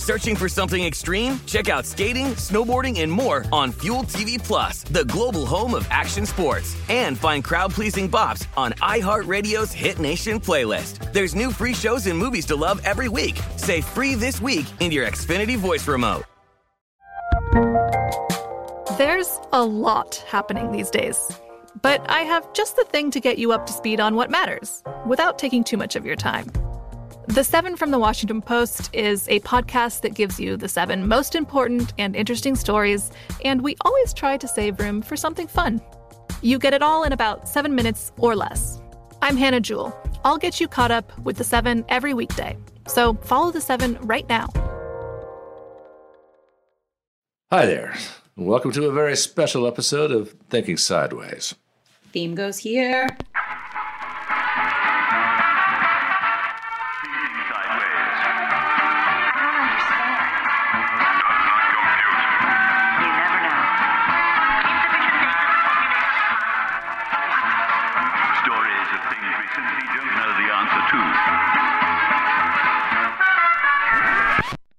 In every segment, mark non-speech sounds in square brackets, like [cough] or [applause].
Searching for something extreme? Check out skating, snowboarding, and more on Fuel TV Plus, the global home of action sports. And find crowd-pleasing bops on iHeartRadio's Hit Nation playlist. There's new free shows and movies to love every week. Say free this week in your Xfinity voice remote. There's a lot happening these days, but I have just the thing to get you up to speed on what matters without taking too much of your time. The Seven from the Washington Post is a podcast that gives you the seven most important and interesting stories, and we always try to save room for something fun. You get it all in about seven minutes or less. I'm Hannah Jewell. I'll get you caught up with the seven every weekday. So follow the seven right now. Hi there. Welcome to a very special episode of Thinking Sideways. Theme goes here. Thinking sideways. I don't understand. You never know. Stories of things we simply don't know the answer to.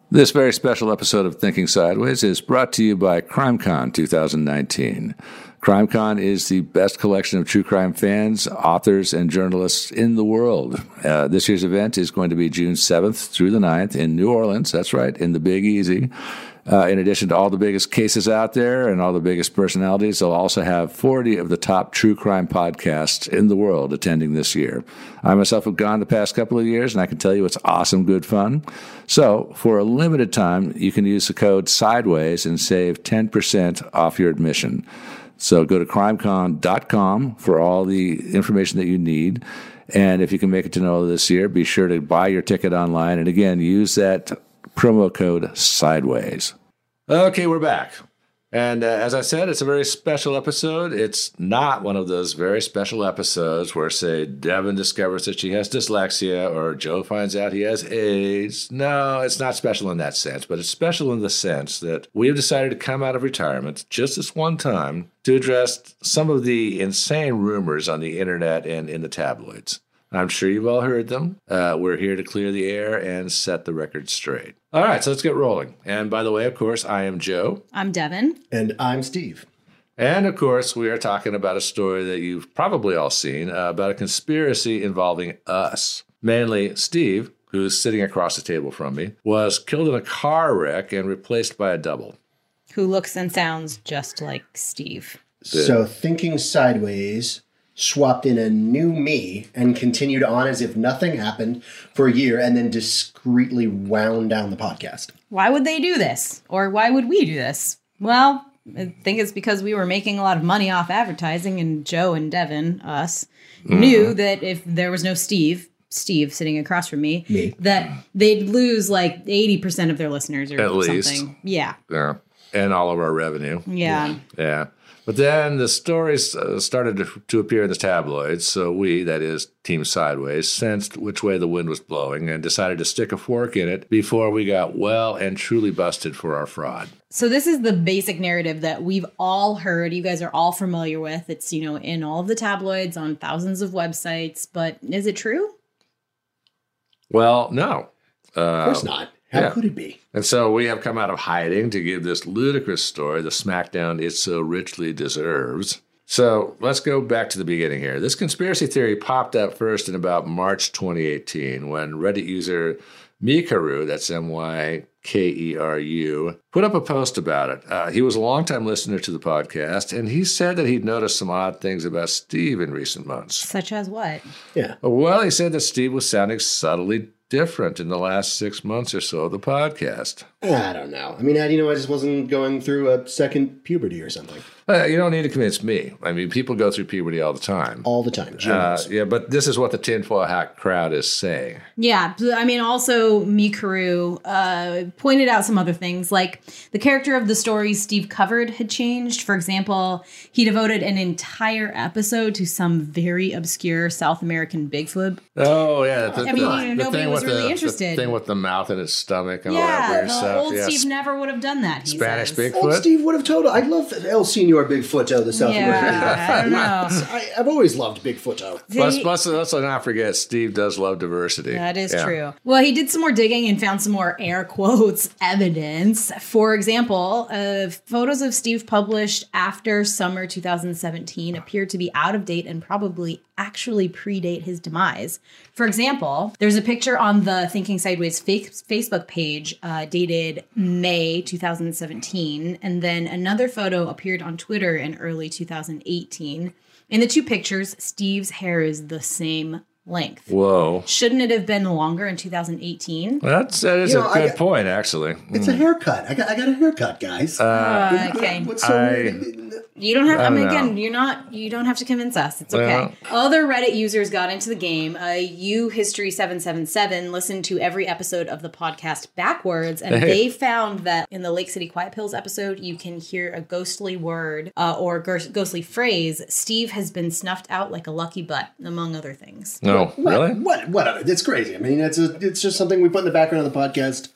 This very special episode of Thinking Sideways is brought to you by CrimeCon 2019. CrimeCon is the best collection of true crime fans, authors, and journalists in the world. Uh, this year's event is going to be June 7th through the 9th in New Orleans. That's right, in the Big Easy. Uh, in addition to all the biggest cases out there and all the biggest personalities, they'll also have 40 of the top true crime podcasts in the world attending this year. I myself have gone the past couple of years, and I can tell you it's awesome, good fun. So, for a limited time, you can use the code SIDEWAYS and save 10% off your admission. So, go to crimecon.com for all the information that you need. And if you can make it to NOLA this year, be sure to buy your ticket online. And again, use that promo code sideways. Okay, we're back. And uh, as I said, it's a very special episode. It's not one of those very special episodes where, say, Devin discovers that she has dyslexia or Joe finds out he has AIDS. No, it's not special in that sense, but it's special in the sense that we have decided to come out of retirement just this one time to address some of the insane rumors on the internet and in the tabloids. I'm sure you've all heard them. Uh, we're here to clear the air and set the record straight. All right, so let's get rolling. And by the way, of course, I am Joe. I'm Devin. And I'm Steve. And of course, we are talking about a story that you've probably all seen uh, about a conspiracy involving us, mainly Steve. Who's sitting across the table from me was killed in a car wreck and replaced by a double. Who looks and sounds just like Steve. So, thinking sideways, swapped in a new me and continued on as if nothing happened for a year and then discreetly wound down the podcast. Why would they do this? Or why would we do this? Well, I think it's because we were making a lot of money off advertising, and Joe and Devin, us, mm-hmm. knew that if there was no Steve, Steve sitting across from me, me. that they'd lose like 80% of their listeners or At something. Least. Yeah. Yeah. And all of our revenue. Yeah. Yeah. yeah. But then the stories uh, started to, to, appear in the tabloids, so we, that is Team Sideways, sensed which way the wind was blowing and decided to stick a fork in it before we got well and truly busted for our fraud. So this is the basic narrative that we've all heard. You guys are all familiar with. It's, you know, in all of the tabloids on thousands of websites, but is it true? Well, no. Uh, Of course not. How yeah. could it be? And so we have come out of hiding to give this ludicrous story the smackdown it so richly deserves. So let's go back to the beginning here. This conspiracy theory popped up first in about March 2018 when Reddit user Mikaru, that's M Y K E R U, put up a post about it. Uh, he was a longtime listener to the podcast, and he said that he'd noticed some odd things about Steve in recent months. Such as what? Yeah. Well, he said that Steve was sounding subtly different in the last six months or so of the podcast. I don't know. I mean, how do you know I just wasn't going through a second puberty or something Uh, you don't need to convince me. I mean, people go through puberty all the time. all the time? Uh, Jonas. yeah, but this is what the tinfoil hat crowd is saying. Yeah, b- I mean, also Mikaru uh, pointed out some other things, like the character of the stories Steve covered had changed. For example, he devoted an entire episode to some very obscure South American Bigfoot. Oh yeah, the, I mean, you know, nobody was really the, interested. the thing with the mouth in its stomach and all Oh, that yeah, weird the stuff. old yeah, Steve never would have done that. He Spanish says. Old [laughs] Bigfoot. Steve would have told. I love El Senor Bigfooto, oh, the South Yeah, I don't know. American. I, I've always loved Bigfooto. Let's, He- let's, let's not forget, Steve does love diversity. That is Yeah. true. Well, he did some more digging and found some more air quotes [laughs] evidence. For example, uh, photos of Steve published after summer 2017 appear to be out of date and probably actually predate his demise. For example, there's a picture on the Thinking Sideways fa- Facebook page uh, dated May 2017, and then another photo appeared on Twitter in early 2018. In the two pictures, Steve's hair is the same length. Whoa, Shouldn't it have been longer in 2018? that's that is You a know, I good got- point, actually. Mm. It's a haircut. I got. I got a haircut, guys. Uh, okay. What's so I- weird? You don't have. I, I mean, don't know. again, you're not. You don't have to convince us. It's okay. Well- Other Reddit users got into the game. Uh, you history seven seven seven listened to every episode of the podcast backwards, and Hey. they found that in the Lake City Quiet Pills episode, you can hear a ghostly word uh, or ghost- ghostly phrase. Steve has been snuffed out like a lucky butt, among other things. No, really? What? What? of it? It's crazy. I mean, it's a, it's just something we put in the background of the podcast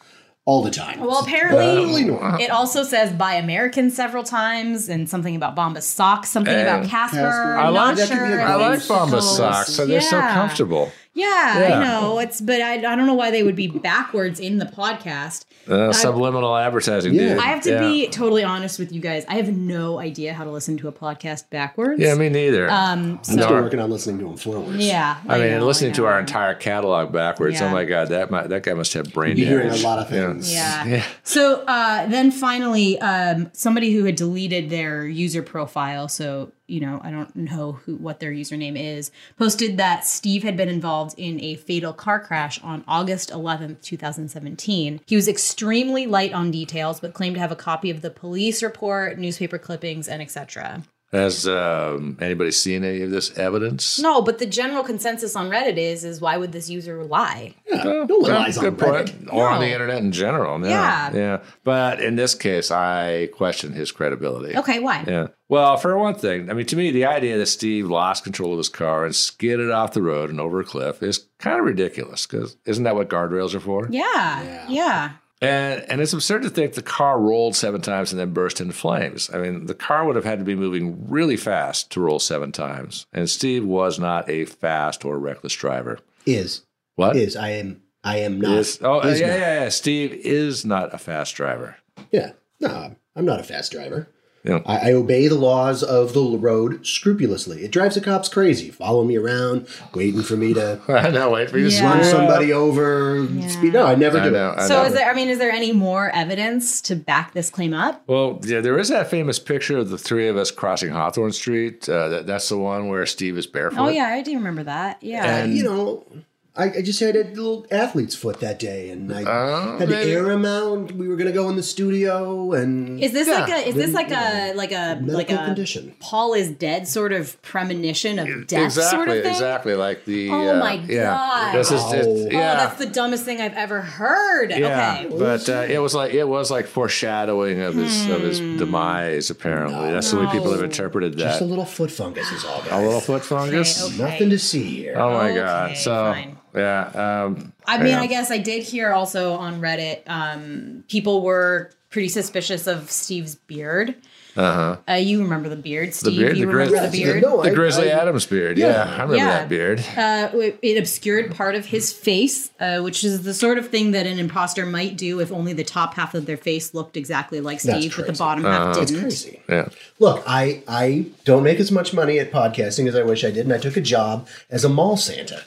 all the time. Well, It's apparently, totally normal. it also says "Buy American" several times, and something about Bombas socks, something Hey. about Casper. Casper. I'm I not like that could be sure. a I like Those Bombas goals. socks. So they're so Yeah. comfortable. Yeah, Yeah. I know. Oh, It's but I, I don't know why they would be backwards in the podcast. Uh, subliminal advertising, Yeah. dude. I have to Yeah. be totally honest with you guys. I have no idea how to listen to a podcast backwards. Yeah, me neither. um. I'm So still No. working on listening to them forwards. yeah. I mean, know, listening I to know. our entire catalog backwards. Yeah. Oh my god, that might, that guy must have brain You're hearing a damage. lot of things. Yeah. So uh, then finally, um, somebody who had deleted their user profile, so you know I don't know who what their username is, posted that Steve had been involved in a fatal car crash on August 11th, 2017. He was extremely light on details, but claimed to have a copy of the police report, newspaper clippings, and etc. Has um, anybody seen any of this evidence? No, Oh, but the general consensus on Reddit is is why would this user lie? Well, no one well, lies on good point. Or on No. the internet in general. No. Yeah. Yeah. But in this case, I question his credibility. Okay, why? Yeah. Well, for one thing, I mean, to me, the idea that Steve lost control of his car and skidded off the road and over a cliff is kind of ridiculous because isn't that what guardrails are for? Yeah, yeah. And, and it's absurd to think the car rolled seven times and then burst into flames. I mean, the car would have had to be moving really fast to roll seven times. And Steve was not a fast or reckless driver. Is What? is I am I am not. Is- oh, Is yeah, not. yeah, yeah. Steve is not a fast [laughs] driver. Yeah. No, I'm not a fast driver. Yeah. I, I obey the laws of the road scrupulously. It drives the cops crazy, following me around, waiting for me to no, wait for you Yeah. run somebody over. Speed. No, I never I do. know. it. I So know. is there? I mean, is there any more evidence to back this claim up? Well, yeah, there is that famous picture of the three of us crossing Hawthorne Street. Uh, that, that's the one where Steve is barefoot. Oh yeah, I do remember that. Yeah. And- You know, I, I just had a little athlete's foot that day, and I Oh, had to maybe. air him out. We were going to go in the studio, and is this like a is this like a like a medical like a condition. Paul is dead sort of premonition of death exactly, sort of thing? exactly. Like the. Oh, uh, my Yeah, God. this is Oh. just, Oh, Oh, yeah. that's the dumbest thing I've ever heard. yeah, Okay. but uh, it was like it was like foreshadowing of his of his Hmm. demise. Apparently, that's the way people have No. interpreted that. Just a little foot fungus is all. Guys. A little foot fungus. Okay, Nothing to see here. Oh my Okay, god! So fine. yeah, um, I mean, yeah. I guess I did hear also on Reddit, um, people were pretty suspicious of Steve's beard. Uh-huh. Uh, you remember the beard, The Steve? beard, you the, remember grizz- the beard? the Grizzly Adams beard. Yeah, Yeah. I remember Yeah. [laughs] that beard. Uh, it- it obscured part of his face, uh, which is the sort of thing that an imposter might do if only the top half of their face looked exactly like That's Steve, but the crazy. Uh, bottom half Uh-huh. didn't. That's crazy. Yeah. Look, I I don't make as much money at podcasting as I wish I did, and I took a job as a mall Santa.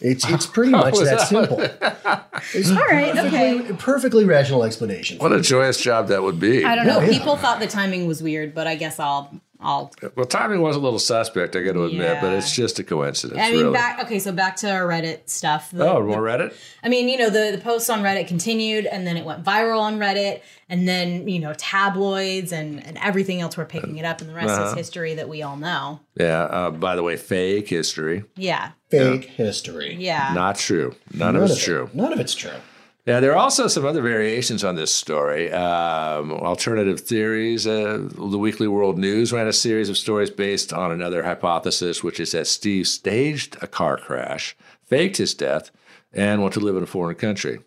It's [laughs] it's pretty How much was that, that? [laughs] simple. It's All right, perfectly- Perfectly rational explanation. What a joyous job that would be. I don't know. Yeah. People thought the timing was weird, but I guess I'll I'll Well, timing was a little suspect, I got to admit, but it's just a coincidence, I mean, really. back okay. So back to our Reddit stuff. The- oh, the- more Reddit? I mean, you know, the the posts on Reddit continued, and then it went viral on Reddit, and then you know, tabloids and and everything else were picking it up, and the rest Uh-huh. is history that we all know. Yeah. Uh, by the way, fake history. Yeah, Fake history. yeah. Not true. None, of it's true. None of it's true. Yeah, there are also some other variations on this story. Um, alternative theories. Uh, the Weekly World News ran a series of stories based on another hypothesis, which is that Steve staged a car crash, faked his death, and went to live in a foreign country.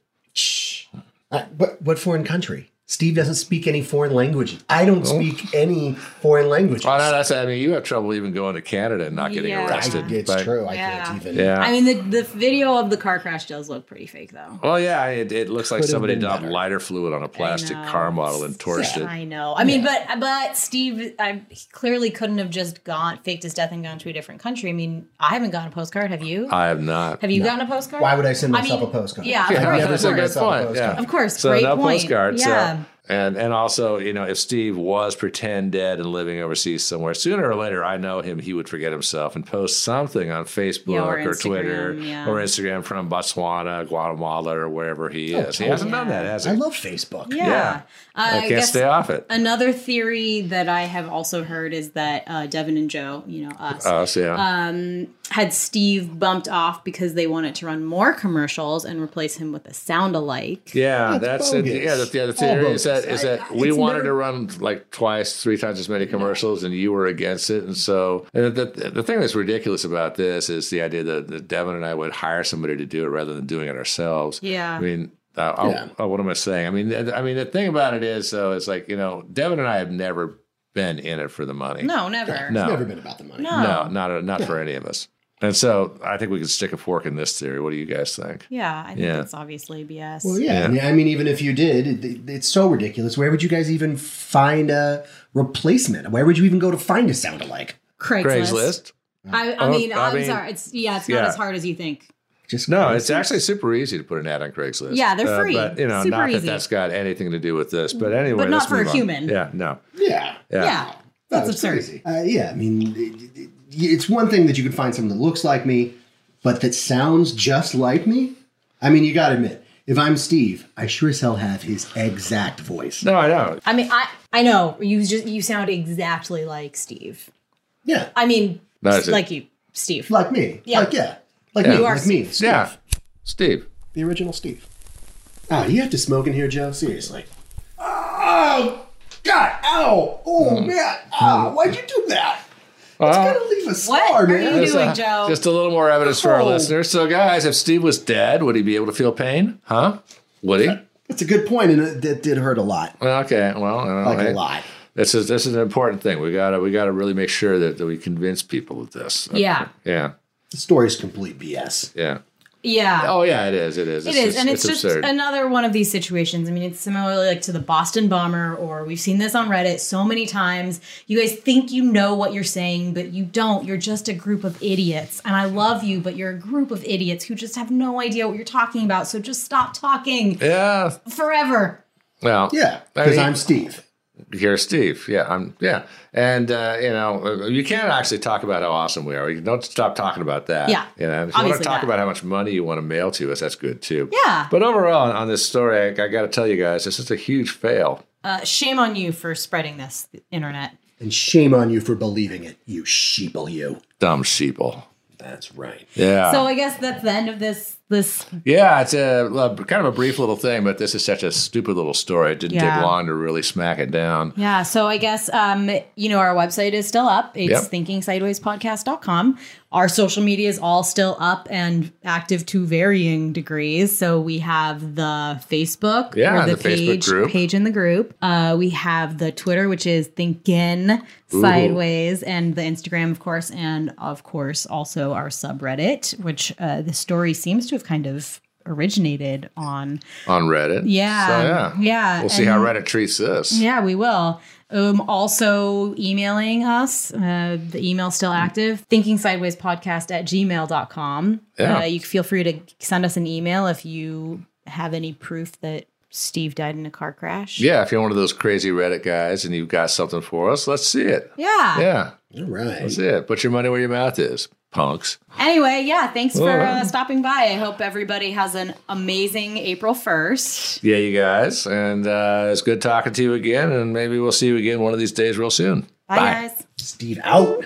Uh, but what foreign country? Steve doesn't speak any foreign language. I don't speak any foreign language. Oh no, that's I mean, you have trouble even going to Canada and not getting Yeah. arrested. I- it's but- true. I Yeah. can't even. Yeah. I mean, the the video of the car crash does look pretty fake, though. Well, yeah, it, it looks like Could have somebody been dumped lighter fluid on a plastic car model and torched I it. know. I mean, but but Steve, I he clearly couldn't have just gone faked his death and gone to a different country. I mean, I haven't gotten a postcard. Have you? I have not. have you gotten a postcard? Why would I send I myself mean, a postcard? yeah, of Yeah, course, [laughs] that's of a course. good point. Postcard. Yeah. Of course, So great no point. postcard. Yeah. So and and also, you know, if Steve was pretend dead and living overseas somewhere, sooner or later, I know him, he would forget himself and post something on Facebook Yeah, or, or Twitter Instagram, yeah. or Instagram from Botswana, Guatemala, or wherever he Oh, is. He hasn't done that, has he? I love Facebook. Yeah. Uh, Yeah. I I, can't guess stay off it. another theory that I have also heard is that uh, Devin and Joe, you know, us, Us, yeah. um, had Steve bumped off because they wanted to run more commercials and replace him with a sound alike. Yeah, That's that's, it. bogus. yeah. The, yeah, the All theory is that bogus. is I- that I- we it's wanted never- to run like twice, three times as many commercials, and you were against it, and so and the, the the thing that's ridiculous about this is the idea that, that Devin and I would hire somebody to do it rather than doing it ourselves. Yeah. I mean. Uh, I'll- oh, what am I saying? I mean, th- I mean, the thing about it is, though, it's like you know, Devin and I have never been in it for the money. No, never. no, Never been about the money. No. no, not uh, not for any of us. And so, I think we could stick a fork in this theory. What do you guys think? Yeah, I think Yeah. that's obviously BS. Well, yeah. I, mean, I mean, even if you did, it, it's so ridiculous. Where would you guys even find a replacement? Where would you even go to find a sound alike? Craigslist. Craigslist. I, I Oh, mean, I I'm mean- sorry. It's yeah, it's not Yeah. as hard as you think. Just No, it's actually super easy to put an ad on Craigslist. Uh, Yeah, they're free. but you know, Super not that easy. that's got anything to do with this. But anyway, But not let's for a move on. human. Yeah, no. yeah. Yeah. Yeah, No, that's it's absurd. crazy. Uh, yeah, I mean, it- it- it's one thing that you can find someone that looks like me, but that sounds just like me. I mean, you got to admit, if I'm Steve, I sure as hell have his exact voice. No, I know. I mean, I I know you just you sound exactly like Steve. Yeah, I mean, No, it's- like you, Steve. like me. Yeah. Like, yeah. Like Yeah. me. You are Like me. Steve. Yeah. Steve. The original Steve. Ah, you have to smoke in here, Joe? Seriously. Oh, God. Ow. Oh, man. Ah, why'd you do that? It's Well, going to leave a scar, What are man. you just, doing, uh, Joe? Just a little more evidence for our Oh. listeners. So, guys, if Steve was dead, would he be able to feel pain? Huh? Would he? That's a good point, and it, that did hurt a lot. Well, okay. Well, I don't know. Like Hey, a lot. This is this is an important thing. We gotta we gotta really make sure that, that we convince people of this. yeah, Yeah. The story's complete BS. Yeah. yeah. Oh yeah, it is. It is. It is, and it's, just another one of these situations. I mean, it's similarly like to the Boston bomber, or we've seen this on Reddit so many times. You guys think you know what you're saying, but you don't. You're just a group of idiots, and I love you, but you're a group of idiots who just have no idea what you're talking about. So just stop talking yeah. forever. Well. Yeah, I because mean- I'm Steve. Here's Steve. Yeah, I'm. Yeah, and uh, you know, uh, you can't actually talk about how awesome we are. You don't stop talking about that. Yeah. you know, if you want to Obviously talk not. about how much money you want to mail to us, that's good too. Yeah. But overall, on this story, I, I got to tell you guys, this is a huge fail. Uh, shame on you for spreading this internet. And shame on you for believing it, you sheeple, you. Dumb sheeple. That's right. Yeah. So I guess that's the end of this this Yeah, it's a, a- kind of a brief little thing, but this is such a stupid little story. It didn't Yeah. take long to really smack it down. Yeah, so I guess um, you know our website is still up. It's Yep. thinkingsidewayspodcast.com. Our social media is all still up and active to varying degrees. So we have the Facebook, Yeah, or the, the Facebook page, group. page in the group. Uh, we have the Twitter, which is Thinkin Ooh. Sideways, and the Instagram, of course, and of course also our subreddit, which uh, the story seems to have kind of originated on. on Reddit. Yeah, So, yeah. yeah, We'll see and- how Reddit treats this. Yeah, we will. Um, also emailing us. Uh, the email's still active. Thinking Sideways Podcast at gmail.com. Yeah. Uh, you can feel free to send us an email if you have any proof that Steve died in a car crash. Yeah, if you're one of those crazy Reddit guys and you've got something for us, let's see it. Yeah. Yeah. All right. That's it. Put your money where your mouth is, punks. Anyway, yeah, thanks All for right. uh, stopping by. I hope everybody has an amazing April 1st. Yeah, you guys. And uh, it's good talking to you again. And maybe we'll see you again one of these days real soon. Bye, guys. Steve out.